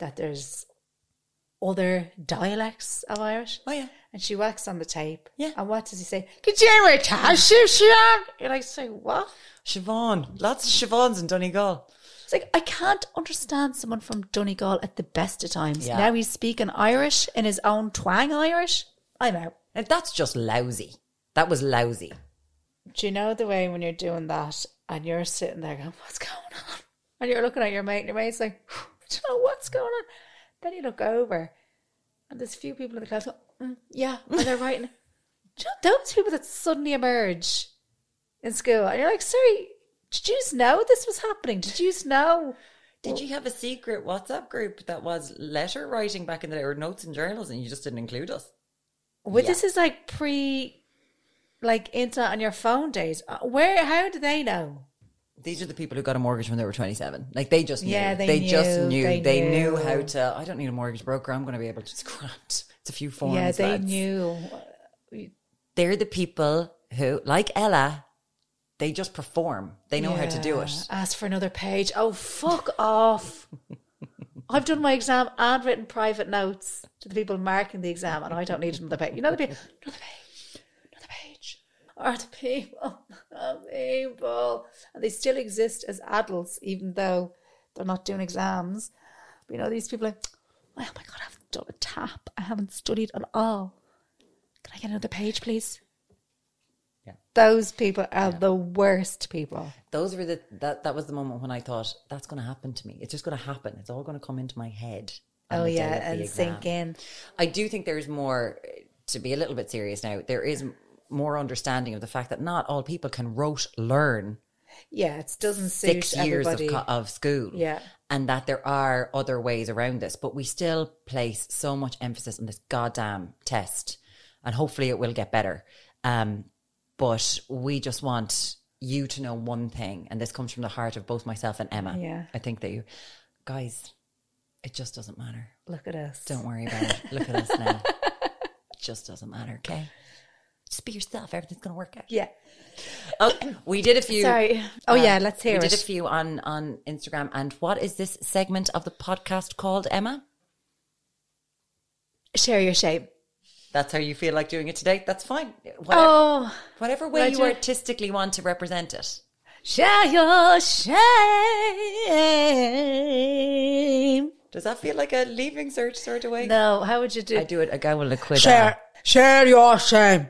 that there's other dialects of Irish.
Oh, yeah.
And she works on the tape.
Yeah.
And what does he say? Could you ever tell Siobhan? You're like, say what?
Siobhan. Lots of Siobhans in Donegal.
It's like I can't understand someone from Donegal at the best of times.
Yeah.
Now he's speaking Irish in his own twang Irish. I'm out.
And that's just lousy. That was lousy.
Do you know the way when you're doing that and you're sitting there going, What's going on? And you're looking at your mate and your mate's like, Do you know what's going on? Then you look over and there's a few people in the class go, mm, Yeah, and they're writing. Do you know those people that suddenly emerge in school? And you're like, Sorry, did you know this was happening? Did you know?
Did you have a secret WhatsApp group that was letter writing back in the day or notes and journals and you just didn't include us?
Well,
Yeah.
this is like pre, like internet on your phone days. Uh, Where? How do they know?
these are the people who got a mortgage when they were 27. Like they just knew.
Yeah,
they,
they
just
knew,
knew. They,
they
knew.
knew.
how to, I don't need a mortgage broker. I'm going to be able to just (laughs) grant. It's a few forms.
yeah, they
lads.
knew.
They're the people who, like Ella, they just perform. They know how to do it.
Ask for another page. Oh, fuck (laughs) off! I've done my exam and written private notes to the people marking the exam, and I don't need another page. You know the people, another page, another page. Are the people, (laughs) the people, and they still exist as adults, even though they're not doing exams. But you know these people, are like, oh my god, I haven't done a tap. I haven't studied at all. Can I get another page, please?
Yeah.
Those people are the worst people.
Those were the, that, that was the moment when I thought, that's going to happen to me. It's just going to happen. It's all going to come into my head. on
Oh
the day of
yeah,
the
and
exam.
sink in.
I do think there's more, to be a little bit serious now, there is m- more understanding of the fact that not all people can rote learn
Yeah, it doesn't suit
six years of,
everybody.
co- of school.
Yeah.
And that there are other ways around this, but we still place so much emphasis on this goddamn test. And hopefully it will get better. Um, but we just want you to know one thing. And this comes from the heart of both myself and Emma.
Yeah.
I think that you, guys, it just doesn't matter.
Look at us.
Don't worry about it. Look at
(laughs)
us now. It just doesn't matter, okay? Just be yourself. Everything's going to work out.
Yeah.
Oh, we did a few.
Sorry. Oh
Um,
yeah, let's hear
we
it.
did a few on on Instagram. And what is this segment of the podcast called, Emma?
Share your shame.
That's how you feel like doing it today. That's fine. Whatever,
Oh,
whatever way
what
you
do you-
artistically want to represent it.
share your shame.
Does that feel like a leaving cert sort of way?
No, how would you do?
I do it. A guy will quit.
share your shame.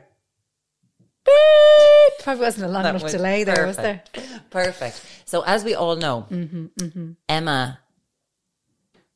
Beep. Probably wasn't a long
That
enough
was
delay there, was there?
perfect. Perfect. So, as we all know,
Mm-hmm,
Emma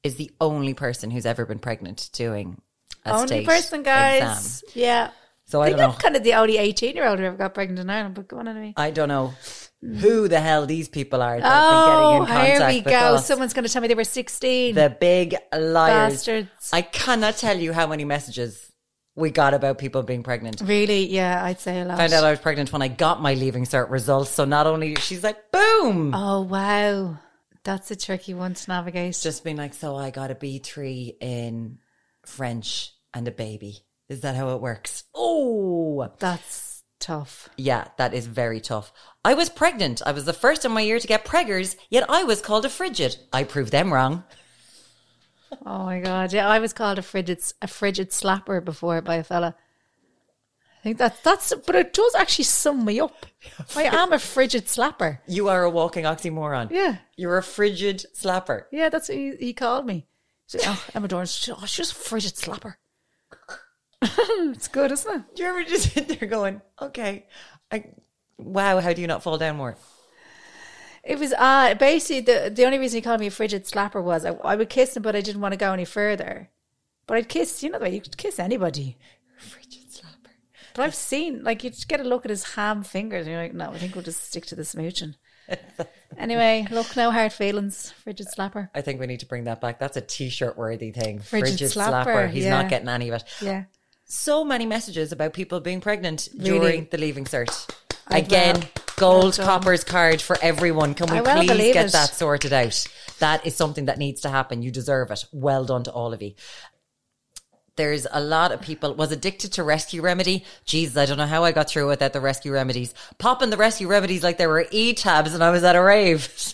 is the only person who's ever been pregnant doing a
Only
state
person, guys.
exam.
Yeah.
So I
I think
don't know.
I'm kind of the only 18 year old who ever got pregnant in Ireland, but go on anyway.
I don't know who the hell these people are. that
Oh,
have been getting in
here
contact
we
with
go.
us.
Someone's going to tell me they were 16.
the big liars.
Bastards.
I cannot tell you how many messages we got about people being pregnant.
Really? Yeah, I'd say a lot.
Found out I was pregnant when I got my leaving cert results. So not only she's like, boom,
Oh wow, that's a tricky one to navigate.
just being like, so I got a B three in French and a baby. Is that how it works? Oh,
that's tough.
yeah, that is very tough. I was pregnant. I was the first in my year to get preggers, yet I was called a frigid. I proved them wrong.
Oh my god! Yeah, I was called a frigid a frigid slapper before by a fella. I think that that's, but it does actually sum me up. I am a frigid slapper.
You are a walking oxymoron.
Yeah.
You're a frigid slapper.
Yeah, that's what he, he called me. He's like, oh, Emma Doran's she's- oh, she's just a frigid slapper. (laughs) it's good, isn't it?
Do you ever just (laughs) sit there going, okay, I, wow, how do you not fall down more?
It was uh, basically the the only reason he called me a frigid slapper was I, I would kiss him, but I didn't want to go any further. But I'd kiss, you know, the way you could kiss anybody.
Frigid slapper.
But I've seen, like, you just get a look at his ham fingers, and you're like, no, I think we'll just stick to the smooching. anyway, look, no hard feelings, frigid slapper.
I think we need to bring that back. That's a t-shirt worthy thing.
Frigid
Frigid, slapper.
slapper,
He's
yeah.
not getting any of it.
Yeah.
So many messages about people being pregnant
Really?
during the leaving cert.
I
Again,
well-
gold
well done.
coppers card for everyone. Can we
I well
please
believe
get
it.
that sorted out? That is something that needs to happen. You deserve it. Well done to all of you. There's a lot of people was addicted to rescue remedy. Jesus, I don't know how I got through without the rescue remedies. Popping the rescue remedies like they were e tabs, and I was at a rave. (laughs) So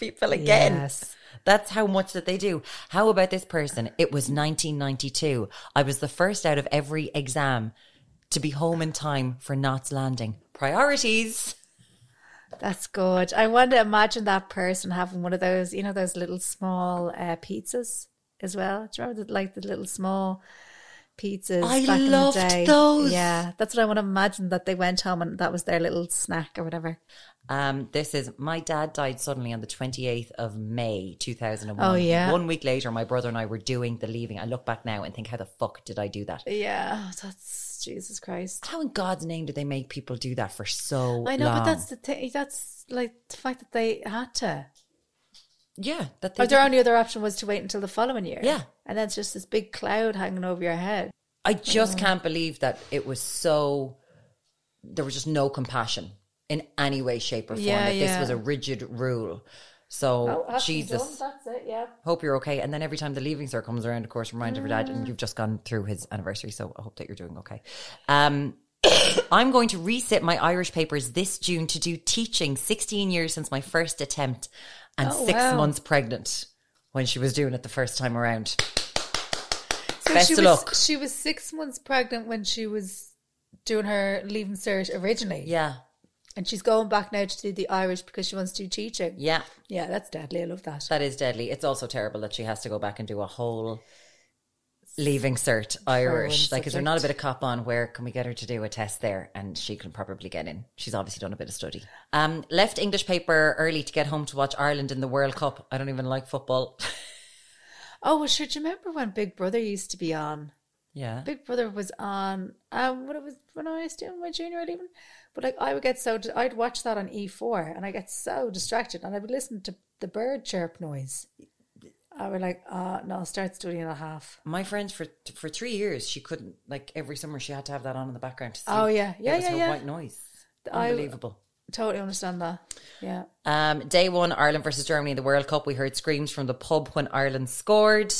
many people again.
Yes.
That's how much that they do. How about this person? It was 1992. I was the first out of every exam to be home in time for Knots Landing. Priorities.
That's good. I want to imagine that person having one of those, you know, those little small uh, pizzas as well. Do you remember the, like the little small pizzas?
I
back in the
loved
day?
those.
Yeah, that's what I want to imagine that they went home and that was their little snack or whatever.
Um, this is my dad died suddenly on the 28th of May 2001.
Oh, yeah.
One week later, my brother and I were doing the leaving. I look back now and think, how the fuck did I do that?
Yeah, that's Jesus Christ.
How in God's name did they make people do that for so long?
I know, but that's the thing. That's like the fact that they had to.
yeah, that they
Or their only other option was to wait until the following year.
Yeah.
and that's just this big cloud hanging over your head.
I just can't believe that it was so. There was just no compassion in any way, shape, or form.
Yeah,
that this
yeah.
was a rigid rule. So Oh, Jesus,
Oh, that's it. Yeah.
hope you're okay. And then every time the leaving sir comes around, of course, remind of her dad, and you've just gone through his anniversary. So I hope that you're doing okay. Um, (coughs) I'm going to resit my Irish papers this June to do teaching. 16 years since my first attempt, and
Oh,
six
wow.
months pregnant when she was doing it the first time around.
So
Best
she
of
was,
luck.
She was six months pregnant when she was doing her leaving cert originally.
Yeah,
And she's going back now to do the Irish because she wants to do teaching.
yeah.
Yeah, that's deadly. I love that.
That is deadly. It's also terrible that she has to go back and do a whole leaving cert Irish.
one
Like, is there not a
subject.
bit of cop on where can we get her to do a test there? And she can probably get in. She's obviously done a bit of study. Um, left English paper early to get home to watch Ireland in the World Cup. I don't even like football. (laughs)
Oh, well, sure. Do you remember when Big Brother used to be on?
yeah.
Big Brother was on um, when it was when I was doing my junior or even, but like I would get so I'd watch that on E four and I get so distracted and I would listen to the bird chirp noise. I would like, oh no, start studying at half.
My friends for for three years she couldn't like every summer she had to have that on in the background to see.
Oh, yeah. Yeah,
it was
yeah,
her
yeah.
white noise.
I-
Unbelievable.
Totally understand that. Yeah.
Um, day one, Ireland versus Germany in the World Cup. We heard screams from the pub when Ireland scored.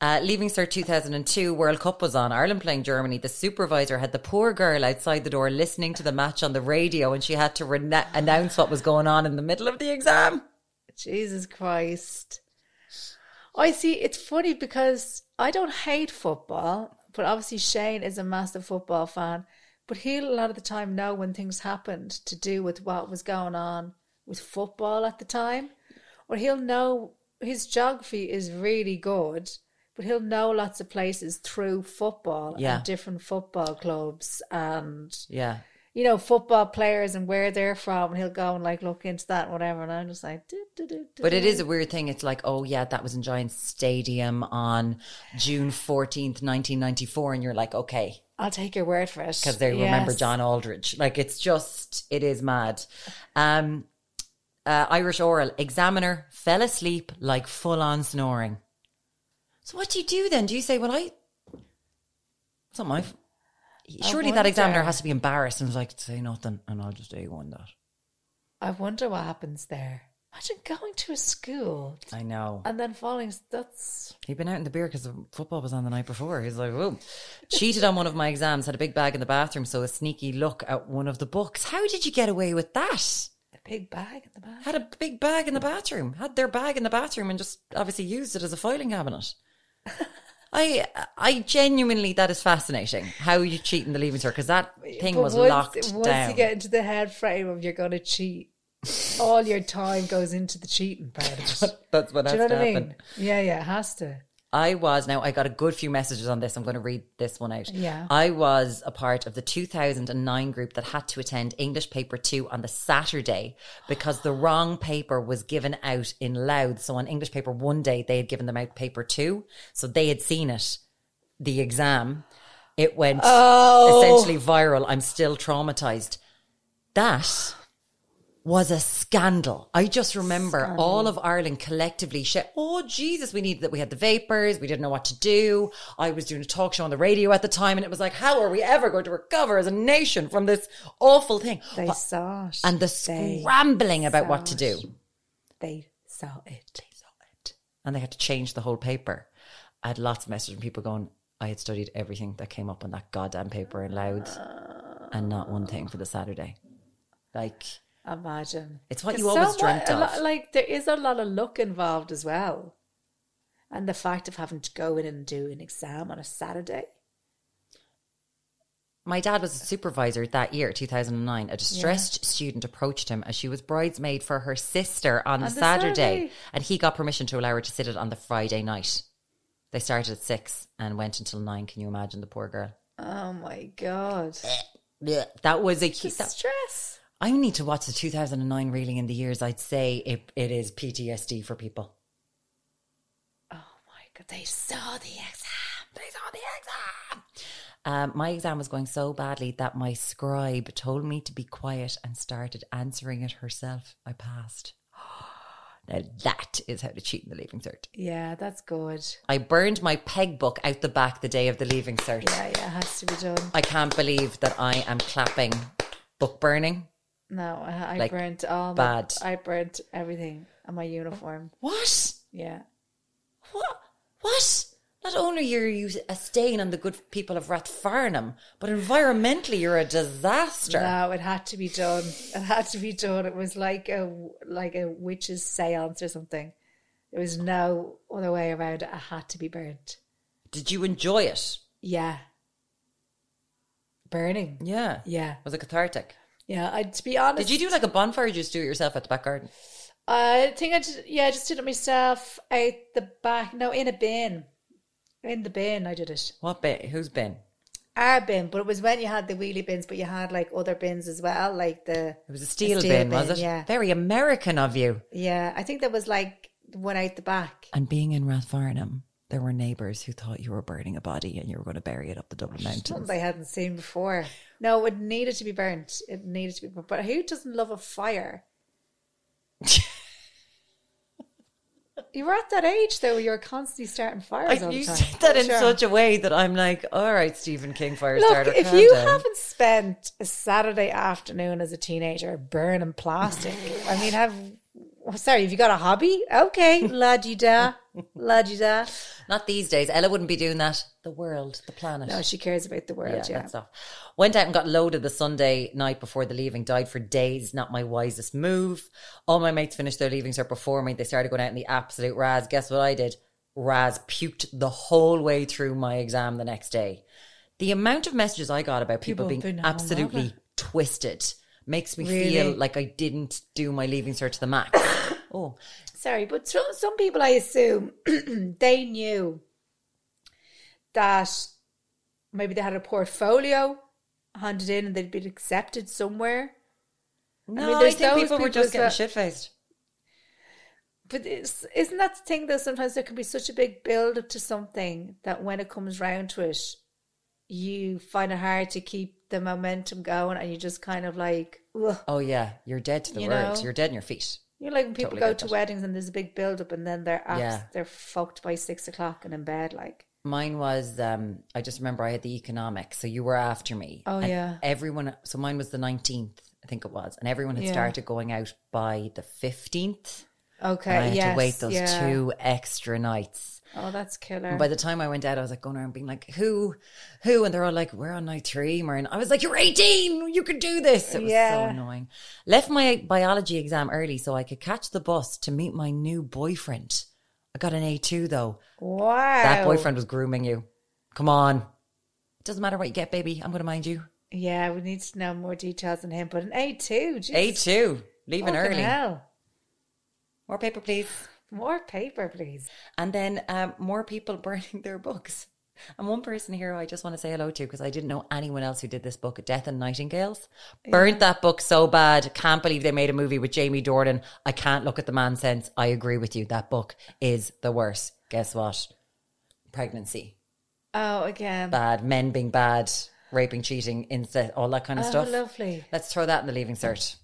Uh, leaving Sir 2002, World Cup was on. Ireland playing Germany. The supervisor had the poor girl outside the door listening to the match on the radio, and she had to rena announce what was going on in the middle of the exam.
Jesus Christ. I see it's funny because I don't hate football, but obviously Shane is a massive football fan. But he'll a lot of the time know when things happened to do with what was going on with football at the time. Or he'll know his geography is really good, but he'll know lots of places through football
Yeah.
and different football clubs and
Yeah,
you know, football players and where they're from, and he'll go and like look into that and whatever. And I'm just like, do, do, do, do,
but it
do.
is a weird thing. It's like, oh yeah, that was in Giants Stadium on June 14th, 1994, and you're like, okay,
I'll take your word for it
because they remember
Yes.
John Aldridge. Like it's just, it is mad. Um, uh, Irish oral examiner fell asleep like full on snoring. So what do you do then? Do you say, "Well, I"? It's not my. f- Surely that examiner
wonder.
has to be embarrassed and was like, "Say nothing, and I'll just do one that."
I wonder what happens there. Imagine going to a school
I know.
and then falling. s- That's
He'd been out in the beer because football was on the night before. He's like, "Whoa!" Cheated on one of my exams. Had a big bag in the bathroom, so a sneaky look at one of the books. How did you get away with that?
a big bag in the back. (laughs)
had a big bag in the bathroom, had their bag in the bathroom, and just obviously used it as a filing cabinet. I I genuinely that is fascinating how you cheat in the leaving cert because that thing
But
was
once,
locked
once
down.
you get into the head frame of you're going to cheat, all your time goes into the cheating part of it.
(laughs) That's what
Do
has
you know
to
what I
happen.
mean? Yeah, yeah, it has to.
I was now. I got a good few messages on this. I'm going to read this one out.
Yeah.
I was a part of the 2009 group that had to attend English paper two on the Saturday because the wrong paper was given out in Louth. So on English paper one day they had given them out paper two, so they had seen it, the exam. It went essentially viral. I'm still traumatized. That was a scandal. I just remember all of Ireland collectively shit. Oh Jesus, we needed that. We had the vapors. We didn't know what to do. I was doing a talk show on the radio at the time, and it was like, how are we ever going to recover as a nation from this awful thing?
They
But-
saw it.
and the
They
scrambling about what to
saw
do,
it. They saw it.
and they had to change the whole paper. I had lots of messages from people going, I had studied everything that came up on that goddamn paper in Loud, and not one thing for the Saturday. Like
Imagine.
it's what
'Cause
you always
so mu-
dreamt
a
of.
lot- like there is a lot of luck involved as well, and the fact of having to go in and do an exam on a Saturday.
My dad was a supervisor that year, 2009. A distressed student approached him as she was bridesmaid for her sister on, the,
On the
Saturday,
Saturday.
and he got permission to allow her to sit it on the Friday night. They started at six and went until nine. Can you imagine the poor girl?
Oh my god!
Yeah, that was a
The
huge. That,
stress.
I need to watch the 2009 reeling in the years. I'd say it, it is PTSD for people.
Oh my god! They saw the exam. They saw the exam.
Um, my exam was going so badly that my scribe told me to be quiet and started answering it herself. I passed. (gasps) Now that is how to cheat in the leaving cert.
Yeah, that's good.
I burned my peg book out the back the day of the leaving cert.
Yeah, yeah, it has to be done.
I can't believe that I am clapping book burning.
No, I, I
Like,
burnt all my,
bad.
I burnt everything on my uniform.
What?
Yeah.
What? What? Not only are you a stain on the good people of Rathfarnham, but environmentally you're a disaster.
No, it had to be done. It had to be done. It was like a like a witch's séance or something. There was no other way around it. It had to be burnt.
Did you enjoy it?
Yeah. Burning.
Yeah.
Yeah.
Was it cathartic?
Yeah. I to be honest
Did you do like a bonfire or just do it yourself at the back garden?
I think I just yeah, I just did it myself out the back. No, in a bin. In the bin I did it.
What bin? Who's bin?
Our bin, but it was when you had the wheelie bins, but you had like other bins as well, like the
It was a steel,
steel
bin, was
bin,
it?
yeah.
Very American of you.
yeah. I think there was like one out the back.
And being in Rathfarnham, there were neighbours who thought you were burning a body and you were going to bury it up the Dublin
Something
Mountains.
I hadn't seen before. No, it needed to be burnt. It needed to be burnt. But who doesn't love a
(laughs)
fire? You were at that age though where you were constantly starting fires all
you
the time.
said (laughs) that in
Sure.
such a way that I'm like, all right, Stephen King, fire
Look,
starter.
if
calm
you
down."
haven't spent a Saturday afternoon as a teenager burning plastic, I mean, have oh, sorry, have you got a hobby?
(laughs)
Okay, la di da, la di da.
Not these days. Ella wouldn't be doing that. The world, the planet.
No, she cares about the world.
yeah,
Yeah,
that stuff. Went out and got loaded the Sunday night before the leaving. Died for days. Not my wisest move. All my mates finished their leavings cert before me. They started going out in the absolute raz. Guess what I did? Raz puked the whole way through my exam the next day. The amount of messages I got about people,
People
being,
being hungover.
absolutely twisted makes me feel
Really?
like I didn't do my leaving cert to
(coughs)
the max. oh,
Sorry, but some some people, I assume, (clears throat) they knew that maybe they had a portfolio handed in and they'd been accepted somewhere.
no, I,
mean, there's
think
those
people were
people
just getting
that-
shit faced.
But it's, isn't that the thing though? Sometimes there can be such a big build up to something that when it comes round to it, you find it hard to keep the momentum going, and you just kind of like, ugh.
Oh yeah, you're dead to the
You
world.
know?
You're dead in your feet.
you know, like when people
Totally
go
get
to
that.
weddings and there's a big build up, and then they're abs-
Yeah.
they're fucked by six o'clock and in bed. Like,
Mine was um I just remember I had the economics, so you were after me.
Oh,
And
yeah.
Everyone so mine was the nineteenth, I think it was. And everyone had
Yeah.
started going out by the fifteenth.
okay,
And I had
yes,
to wait those
yeah.
two extra nights.
Oh, that's killer.
And by the time I went out, I was like going around being like, Who? Who? And they're all like, We're on night three, Marin. I was like, You're 18, you can do this. It was
Yeah.
so annoying. Left my biology exam early so I could catch the bus to meet my new boyfriend. I got an A2 though.
Wow.
That boyfriend was grooming you. Come on. Doesn't matter what you get, baby. I'm going to mind you.
Yeah, we need to know more details on him. But an A two,
A2, leaving early.
Hell.
More paper, please.
More paper, please.
And then um, more people (laughs) burning their books. And one person here who I just want to say hello to because I didn't know anyone else who did this book, Death and Nightingales. Burnt that book so bad. Can't believe they made a movie with Jamie Dornan. I can't look at the man since. I agree with you. That book is the worst. Guess what? Pregnancy.
Oh, again.
Bad. Men being bad. Raping, cheating, incest, all that kind of
oh,
stuff.
lovely.
Let's throw that in the leaving cert.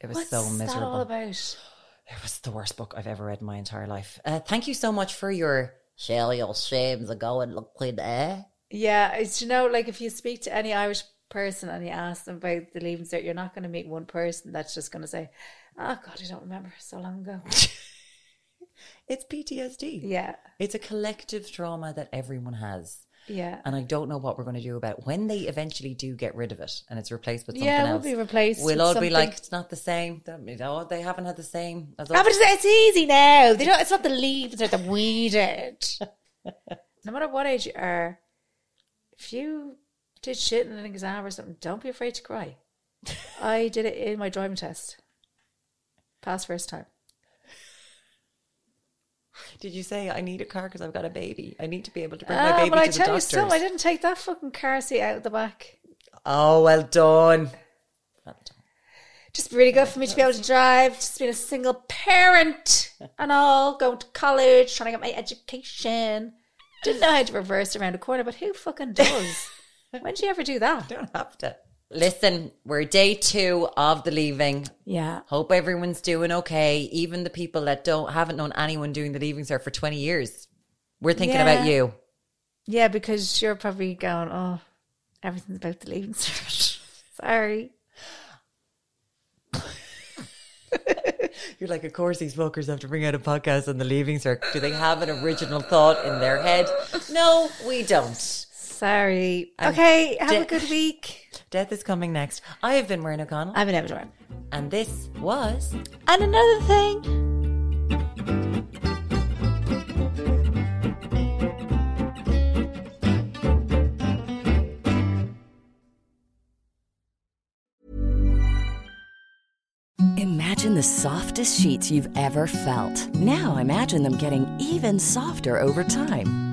It was
What's
so
that all
miserable.
about?
It was the worst book I've ever read in my entire life. Uh, thank you so much for your share your shames a go and look eh? clean air.
Yeah, it's you know, like if you speak to any Irish person and you ask them about the leaving cert, you're not going to meet one person that's just going to say, "Oh God, I don't remember so long ago." (laughs)
It's PTSD.
yeah,
It's a collective trauma that everyone has.
yeah,
And I don't know what we're going to do about it. when they eventually do get rid of it and it's replaced with something
yeah. We'll
else.
be replaced.
we'll
with
all be
something.
like, it's not the same. That- you know, they haven't had the same. As
Oh, but it's, it's easy now. They don't. It's not the leaves or the weeded.
(laughs) no matter what age you are, if you did shit in an exam or something, don't be afraid
(laughs)
to cry. I did it in my driving test. Passed first time.
Did you say I need a car because I've got a baby? I need to be able to bring my
Ah,
baby
but I
to the
tell you
doctors.
something, I didn't take that fucking car seat out the back.
Oh, well done. Well done.
just really good for me to be able to drive, just being a single parent and all, going to college, trying to get my education. Didn't know how to reverse around a corner, but who fucking does? (laughs) when do you ever do that?
don't have to. Listen, we're day two of the leaving.
Yeah.
Hope everyone's doing okay. Even the people that don't haven't known anyone doing the leaving cert for twenty years. We're thinking about
Yeah.
you.
Yeah, because you're probably going, oh, everything's about the leaving cert. (laughs) Sorry.
You're like, of course these fuckers have to bring out a podcast on the leaving cert. Do they have an original thought in their head? No, we don't.
Sorry.
I'm
okay, have
de-
a good week.
Death is coming next. I have been Maureen O'Connell,
I'm an Evan
and this was
And another thing.
Imagine the softest sheets you've ever felt. Now imagine them getting even softer over time.